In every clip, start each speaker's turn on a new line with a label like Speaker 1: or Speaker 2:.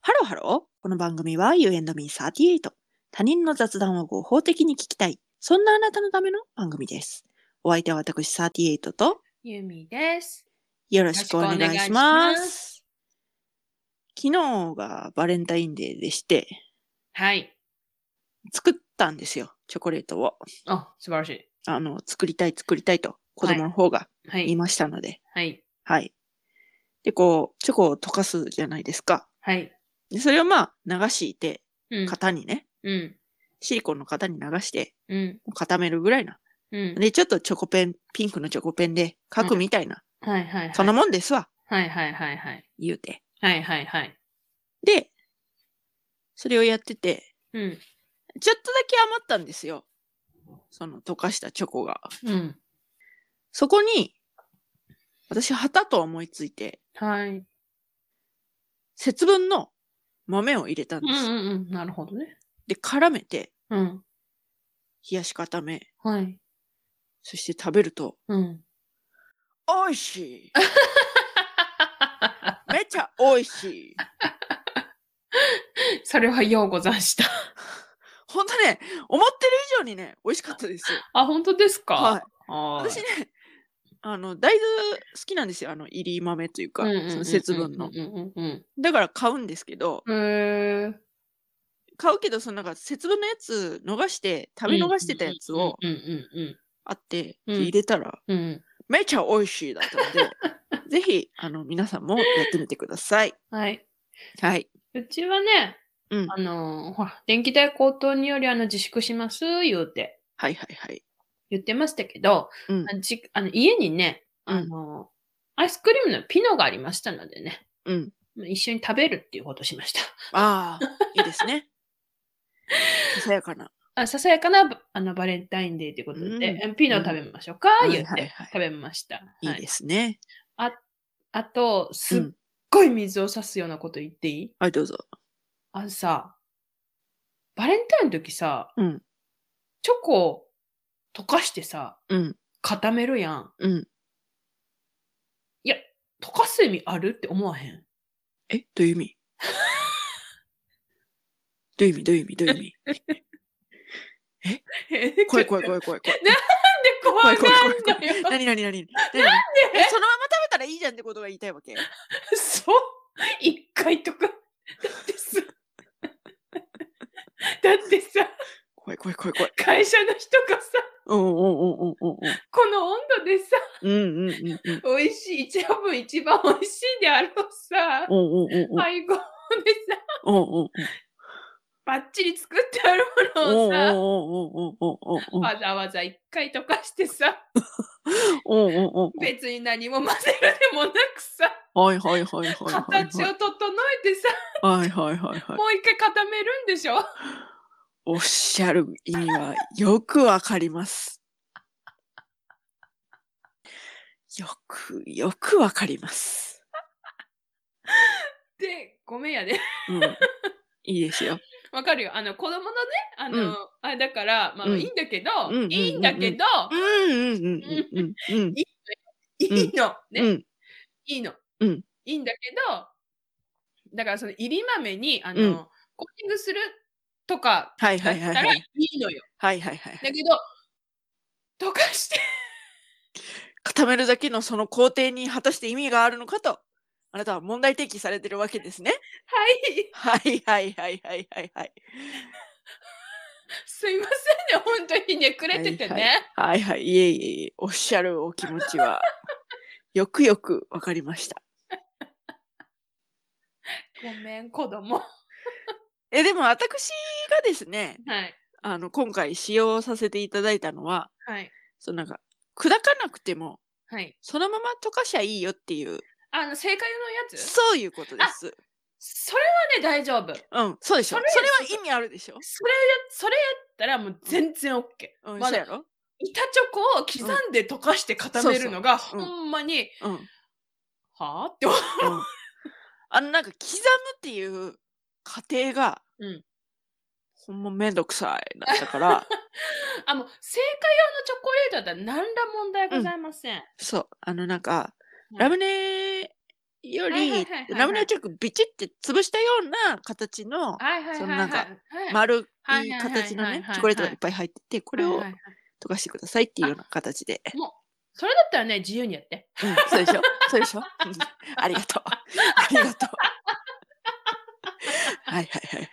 Speaker 1: ハロー。この番組は You and me38。他人の雑談を合法的に聞きたい。そんなあなたのための番組です。お相手は私38と
Speaker 2: ゆみです。
Speaker 1: よろしくお願いします。
Speaker 2: よろしくお願いします
Speaker 1: 昨日がバレンタインデーでして、
Speaker 2: はい。
Speaker 1: 作ったんですよ。チョコレートを。
Speaker 2: あ、素晴らしい。
Speaker 1: あの、作りたい作りたいと子供の方が
Speaker 2: は
Speaker 1: 言い
Speaker 2: い。
Speaker 1: ましたので。
Speaker 2: はい。
Speaker 1: はい。で、こう、チョコを溶かすじゃないですか。
Speaker 2: はい。
Speaker 1: で、それをまあ、流して、
Speaker 2: うん。
Speaker 1: 型にね、
Speaker 2: うん。
Speaker 1: シリコンの型に流して、
Speaker 2: うん。
Speaker 1: 固めるぐらいな。
Speaker 2: うん。
Speaker 1: で、ちょっとチョコペン、ピンクのチョコペンで書くみたいな、
Speaker 2: はい。はい。
Speaker 1: そんなもんですわ、
Speaker 2: はい。はい。はい。はい。
Speaker 1: 言うて。
Speaker 2: はい。はい。はい。
Speaker 1: で、それをやってて、
Speaker 2: うん。
Speaker 1: ちょっとだけ余ったんですよ。その溶かしたチョコが。
Speaker 2: うん。
Speaker 1: そこに、私、旗と思いついて、
Speaker 2: はい。うん。
Speaker 1: 節分の豆を入れたん
Speaker 2: う
Speaker 1: です。
Speaker 2: ん。うん。なるほどね。
Speaker 1: で、絡めて、
Speaker 2: うん。
Speaker 1: 冷やし固め、
Speaker 2: はい。
Speaker 1: そして食べると、
Speaker 2: うん。
Speaker 1: 美味しいめちゃ美味し い
Speaker 2: それはようござんした。
Speaker 1: ほんとね、思ってる以上にね、美味しかったですよ。
Speaker 2: あ、本当ですか
Speaker 1: はい。
Speaker 2: あー
Speaker 1: 私ね、あの、大豆好きなんですよ。あの、入り豆というか、
Speaker 2: うんうんうん
Speaker 1: その節分の
Speaker 2: うん。うんうん
Speaker 1: だから買うんですけど、
Speaker 2: うん。へー
Speaker 1: 買うけど、そのなんか節分のやつ逃して、食べ逃してたやつを
Speaker 2: うんうん
Speaker 1: あって、
Speaker 2: うん
Speaker 1: で入れたら、
Speaker 2: うんうん。うん。
Speaker 1: めちゃ美味しいだったの で、ぜひ、あの、皆さんもやってみてください。
Speaker 2: はい。
Speaker 1: はい。
Speaker 2: うちはね、
Speaker 1: うん
Speaker 2: あのーほら、電気代高騰によりあの自粛します、言うて、
Speaker 1: はいはいはい。
Speaker 2: 言ってましたけど、
Speaker 1: うん
Speaker 2: あじあの家にね、あのーアイスクリームのピノがありましたのでね、
Speaker 1: うん。
Speaker 2: まあ一緒に食べるっていうことをしました。
Speaker 1: ああ、いいですね。ささやかな。
Speaker 2: あささやかなあのバレンタインデーということで、ピノ食べましょうか、
Speaker 1: うん
Speaker 2: 言うて、
Speaker 1: はいはいはい
Speaker 2: 食べました。
Speaker 1: いい
Speaker 2: はい
Speaker 1: ですね。
Speaker 2: あと、すっ
Speaker 1: うん。
Speaker 2: ごい水を差すようなこと言っていい、
Speaker 1: はい、どうぞ。
Speaker 2: あのさ、バレンタインの時さ、
Speaker 1: うん。
Speaker 2: チョコを溶かしてさ、
Speaker 1: うん。
Speaker 2: 固めるやん。
Speaker 1: うん。
Speaker 2: いや、溶かす意味あるって思わへん。
Speaker 1: え、どういう意味どういう意味どういう意味どういう意味怖い怖い怖い怖い怖い。
Speaker 2: い。怖い怖い
Speaker 1: 怖
Speaker 2: 怖い怖い。
Speaker 1: 何何何何何なんでそのまま食べたらいいじゃんってことが言いたいわけ。
Speaker 2: そう一回とか。だってさ、だってさ、
Speaker 1: 怖い怖い怖い怖い。
Speaker 2: 会社の人がさ、
Speaker 1: うんうんうんうんうん
Speaker 2: この温度でさ、
Speaker 1: うん。うんうんうんうん。
Speaker 2: 美味しい、一多分一番美味しいであろうさ、
Speaker 1: うんうんうんうん
Speaker 2: 配合でさ、
Speaker 1: うんうん
Speaker 2: バッチリ作ってある
Speaker 1: うん
Speaker 2: ものをさ、
Speaker 1: うんうんうんうんうんうんうん
Speaker 2: わざわざ一回溶かしてさ、
Speaker 1: うんうんうん
Speaker 2: 別に何も混ぜるでもなくさ、
Speaker 1: はいはいはいはいはい
Speaker 2: 形を整えてさ、
Speaker 1: はいはいはいはい
Speaker 2: もう一回固めるんでしょ
Speaker 1: おっしゃる意味はよくわかりますよくよくわかります
Speaker 2: で、ごめんやで。
Speaker 1: うんいいですよ
Speaker 2: わかるよ。あの、子供のね、あの、
Speaker 1: うん
Speaker 2: あれだから、まあ、
Speaker 1: うん
Speaker 2: いいんだけど、
Speaker 1: うんうんうんうん
Speaker 2: いいんだけど、
Speaker 1: うんうんうんうんうんうんうん
Speaker 2: いいの、ね、
Speaker 1: うん
Speaker 2: いいの、
Speaker 1: うん
Speaker 2: いいんだけど、だからその、入り豆に、あの、
Speaker 1: うん
Speaker 2: コーティングするとか、
Speaker 1: はい
Speaker 2: だ
Speaker 1: は
Speaker 2: っ
Speaker 1: いはい
Speaker 2: た
Speaker 1: は
Speaker 2: ら
Speaker 1: い
Speaker 2: いいのよ。
Speaker 1: はいはいはいはい。
Speaker 2: だけど、溶かして、
Speaker 1: 固めるだけのその工程に果たして意味があるのかと、あなたは問題提起されてるわけですね。
Speaker 2: はい、
Speaker 1: はいはいはいはいはいはい。
Speaker 2: すいませんね、本当にね、くれててね。
Speaker 1: はいはいはい、いえいえいえ、おっしゃるお気持ち は、よくよくわかりました。
Speaker 2: ごめん、子供。は
Speaker 1: え、でも私がですね、
Speaker 2: い。
Speaker 1: あの、今回使用させていただいたのは、
Speaker 2: はい。
Speaker 1: そのなんか、砕かなくても、
Speaker 2: はい。
Speaker 1: そのまま溶かしゃいいよっていう、
Speaker 2: あの、正解のやつ
Speaker 1: そういうことです。
Speaker 2: それはね、大丈夫。
Speaker 1: うん、そうでしょ。
Speaker 2: そ
Speaker 1: そ
Speaker 2: れ
Speaker 1: れは意味あるでしょ。
Speaker 2: それや、それやったらもう全然 OK。
Speaker 1: うん、
Speaker 2: ま
Speaker 1: そう
Speaker 2: だ
Speaker 1: やろ
Speaker 2: 板チョコを刻んで溶かして固めるのが、
Speaker 1: うそううん
Speaker 2: ほんまに、
Speaker 1: うん。
Speaker 2: はぁって思う。
Speaker 1: うん あのなんか刻むっていう過程が、
Speaker 2: うん
Speaker 1: ほんまめんどくさいだったから
Speaker 2: あ、もう、正解用のチョコレートだったら何ら問題ございません。
Speaker 1: そうあのなんか
Speaker 2: うん
Speaker 1: ラムネよ
Speaker 2: はいはい
Speaker 1: り
Speaker 2: はいはい
Speaker 1: ラムネを結構ビチって潰したような形の
Speaker 2: はいはいはいはい。
Speaker 1: そのなんか
Speaker 2: はい
Speaker 1: 丸
Speaker 2: はい
Speaker 1: い
Speaker 2: はいはいはい
Speaker 1: 形の
Speaker 2: はい
Speaker 1: ね
Speaker 2: はい
Speaker 1: チョコレートがいっぱい入っててこれ
Speaker 2: はい
Speaker 1: を
Speaker 2: はいはい
Speaker 1: 溶かしてくださいっていうような形で、
Speaker 2: それだったらね、自由に やって。
Speaker 1: うん、そうでしょそうでしょ、うんありがとうありがとうはいはいはいはい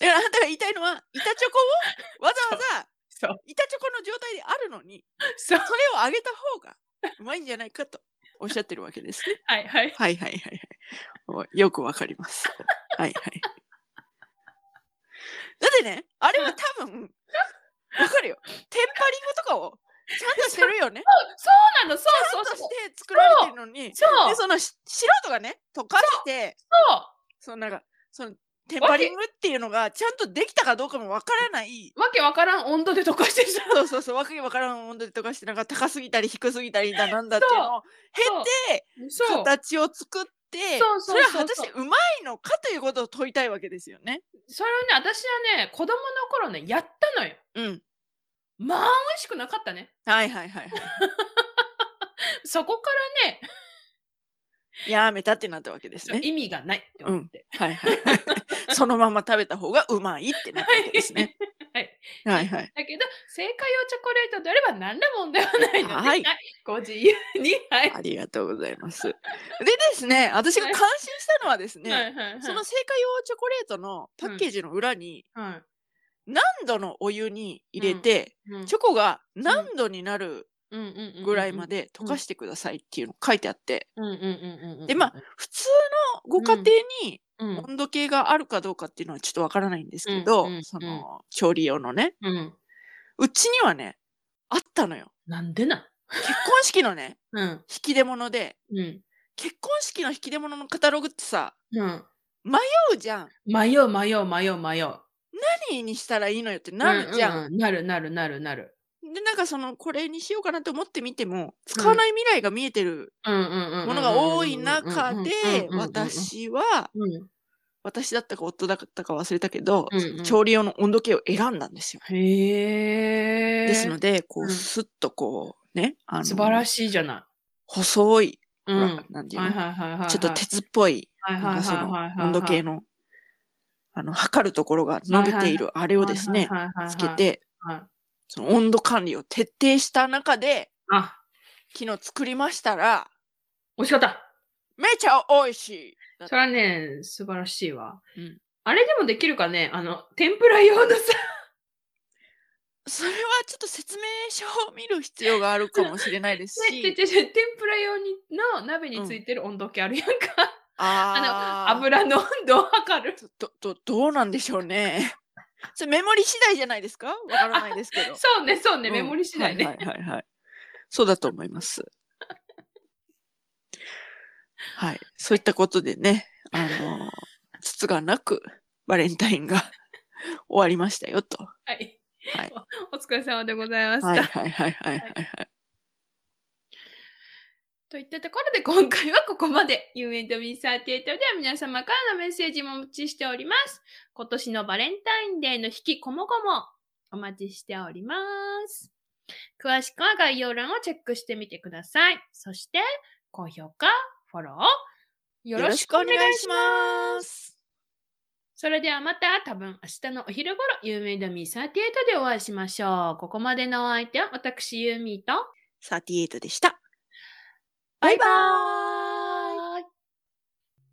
Speaker 1: だからあなたが言いたいのは板チョコをわざわざ
Speaker 2: そう。
Speaker 1: 板チョコの状態であるのに
Speaker 2: そう。
Speaker 1: それをあげた方がうまいんじゃないかとおっしゃってるわけですね
Speaker 2: はいはい。
Speaker 1: はいはいはいはいもう。よくわかります。はいはい。だってね、あれは多分、わかるよ。テンパリングとかをちゃんとしてるよね。
Speaker 2: そうなの、そ
Speaker 1: ちゃ
Speaker 2: うん
Speaker 1: と
Speaker 2: そう
Speaker 1: し
Speaker 2: そう。
Speaker 1: て作られてるのに、で、
Speaker 2: そう、そう。
Speaker 1: そのし素人がね、溶かして、そのなんか、そのテンパリングっていうのがちゃんとできたかどうかもわからない。
Speaker 2: わけわからん温度で溶かしてさ。
Speaker 1: そうそうそう、わけわからん温度で溶かして、なんか高すぎたり低すぎたりだなんだっていうのを経て、
Speaker 2: そう。
Speaker 1: 形を作って
Speaker 2: そう
Speaker 1: そ
Speaker 2: そうそうそう
Speaker 1: れは果たしてうまいのかということを問いたいわけですよね。
Speaker 2: それをね、私はね、子供の頃ね、やったのよ。
Speaker 1: うん。
Speaker 2: まあ、美味しくなかったね。
Speaker 1: はいはいはいは
Speaker 2: そこ
Speaker 1: い。
Speaker 2: か
Speaker 1: やめたってなったわけです
Speaker 2: らね、
Speaker 1: ね。
Speaker 2: 意味がないって思って。
Speaker 1: はいはいはい。 そのまま食べた方がうまいってなったわけですね。
Speaker 2: はい。
Speaker 1: はいはい。
Speaker 2: だけど、正解をチョコレートであれば何ら問題はないので、
Speaker 1: はい
Speaker 2: ご自由に。はい。
Speaker 1: ありがとうございます。でですね、私が感心したのはです
Speaker 2: はい
Speaker 1: ね、
Speaker 2: はいはい
Speaker 1: その成果用チョコレートのパッケージの裏に
Speaker 2: はい
Speaker 1: 何度のお湯に入れて、
Speaker 2: うん
Speaker 1: チョコが何度になる
Speaker 2: うんうんうんうん
Speaker 1: ぐらいまで溶かしてくださいっていうの書いてあって、
Speaker 2: うんうんうんうんうん
Speaker 1: でまあ普通のご家庭に
Speaker 2: うん
Speaker 1: 温度計があるかどうかっていうのはちょっとわからないんですけど、
Speaker 2: うんうん
Speaker 1: その調理用のね
Speaker 2: うん
Speaker 1: うちにはねあったのよ
Speaker 2: なんでな
Speaker 1: 結婚式のね
Speaker 2: うん
Speaker 1: 引き出物で
Speaker 2: うん
Speaker 1: 結婚式の引き出物のカタログってさ
Speaker 2: うん
Speaker 1: 迷うじゃん
Speaker 2: 迷う迷う迷う迷う
Speaker 1: 何にしたらいいのよってなるじゃん、
Speaker 2: うううなるなるなるなる
Speaker 1: でなんかそのこれにしようかなと思ってみても使わない未来が見えてる
Speaker 2: うんうんうんうん
Speaker 1: ものが多い中で
Speaker 2: うんうんうんうん
Speaker 1: 私は
Speaker 2: うん
Speaker 1: 私だったか夫だったか忘れたけど、
Speaker 2: うんうん
Speaker 1: 調理用の温度計を選んだんですよ
Speaker 2: へえ
Speaker 1: ですので、こ
Speaker 2: う
Speaker 1: う、
Speaker 2: ん
Speaker 1: スッとこう、ね、あの、
Speaker 2: 素晴ら
Speaker 1: い。
Speaker 2: しいじゃな
Speaker 1: 細い、
Speaker 2: い、う
Speaker 1: ほ
Speaker 2: ん、
Speaker 1: ら
Speaker 2: はい
Speaker 1: なんていう
Speaker 2: はい
Speaker 1: の
Speaker 2: はいはいはい
Speaker 1: ちょっと鉄っぽい、
Speaker 2: はい
Speaker 1: な
Speaker 2: は
Speaker 1: ん
Speaker 2: い
Speaker 1: かそ
Speaker 2: はい
Speaker 1: の
Speaker 2: はいはい
Speaker 1: 温度計の、あの、測るところが伸びているあれをですね、
Speaker 2: はいはいはいはい
Speaker 1: つけて、
Speaker 2: はい
Speaker 1: その温度管理を徹底した中で、
Speaker 2: あ
Speaker 1: 昨日作りましたら、
Speaker 2: 美味しかった
Speaker 1: めちゃ美味しいだっ
Speaker 2: それはね、素晴らしいわ。
Speaker 1: うん
Speaker 2: あれでもできるかねあの、天ぷら用のさ、
Speaker 1: それはちょっと説明書を見る必要があるかもしれない です
Speaker 2: ねて
Speaker 1: し、
Speaker 2: てて天ぷら用にの鍋についてる温度計あるやんか。あ
Speaker 1: あー
Speaker 2: の、油の温度を測る。
Speaker 1: ど、ど、どうなんでしょうね。 それメモリ次第じゃないですかわからないですけ ど。
Speaker 2: そうね、そうね、
Speaker 1: うん
Speaker 2: メモリ次第
Speaker 1: はい
Speaker 2: ね。
Speaker 1: はいはい、はい。そうだと思います。はい。そういったことでね、あの、つつがなくバレンタインが終わりましたよと。は
Speaker 2: はい。
Speaker 1: はい
Speaker 2: おお疲れ様でございま
Speaker 1: い
Speaker 2: した。
Speaker 1: はいはいはいはいはい。
Speaker 2: といったところで今回はここまで。You and me38 では皆様からのメッセージもお待ちしております。今年のバレンタインデーの引きこもごもお待ちしております。詳しくは概要欄をチェックしてみてください。そして、高評価、フォロー、よ
Speaker 1: よろ
Speaker 2: ろ
Speaker 1: し
Speaker 2: し
Speaker 1: く
Speaker 2: く
Speaker 1: お
Speaker 2: お願いし
Speaker 1: 願い
Speaker 2: ます。
Speaker 1: します。
Speaker 2: それではまた多分明日のお昼頃、ユーミーダミー38でお会いしましょう。ここまでのお相手は私ユーミーと、
Speaker 1: 38でした。バイバーイ
Speaker 2: バイ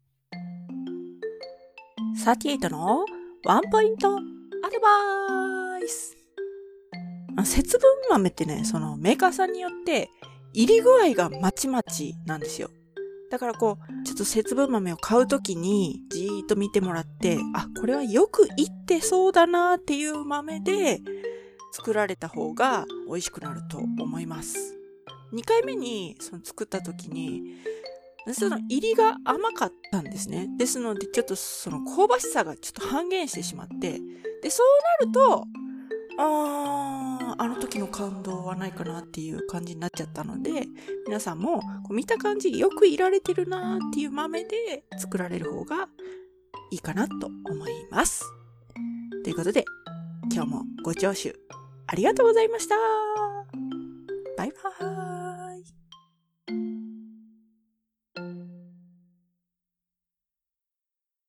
Speaker 1: 38のワンポイントアドバイス。あ節分豆ってね、そのメーカーさんによって入り具合がまちまちなんですよ。だからこう、ちょっと節分豆を買うときにじーっと見てもらって、あ、これはよくいってそうだなっていう豆で作られた方が美味しくなると思います。2回目にその作ったときに、その入りが甘かったんですね。ですので、ちょっとその香ばしさがちょっと半減してしまって、で、そうなると、あー、あの時の感動はないかなっていう感じになっちゃったので、皆さんもこう見た感じよくいられてるなーっていう豆で作られる方がいいかなと思います。ということで、今日もご聴取ありがとうございました。バイバイ。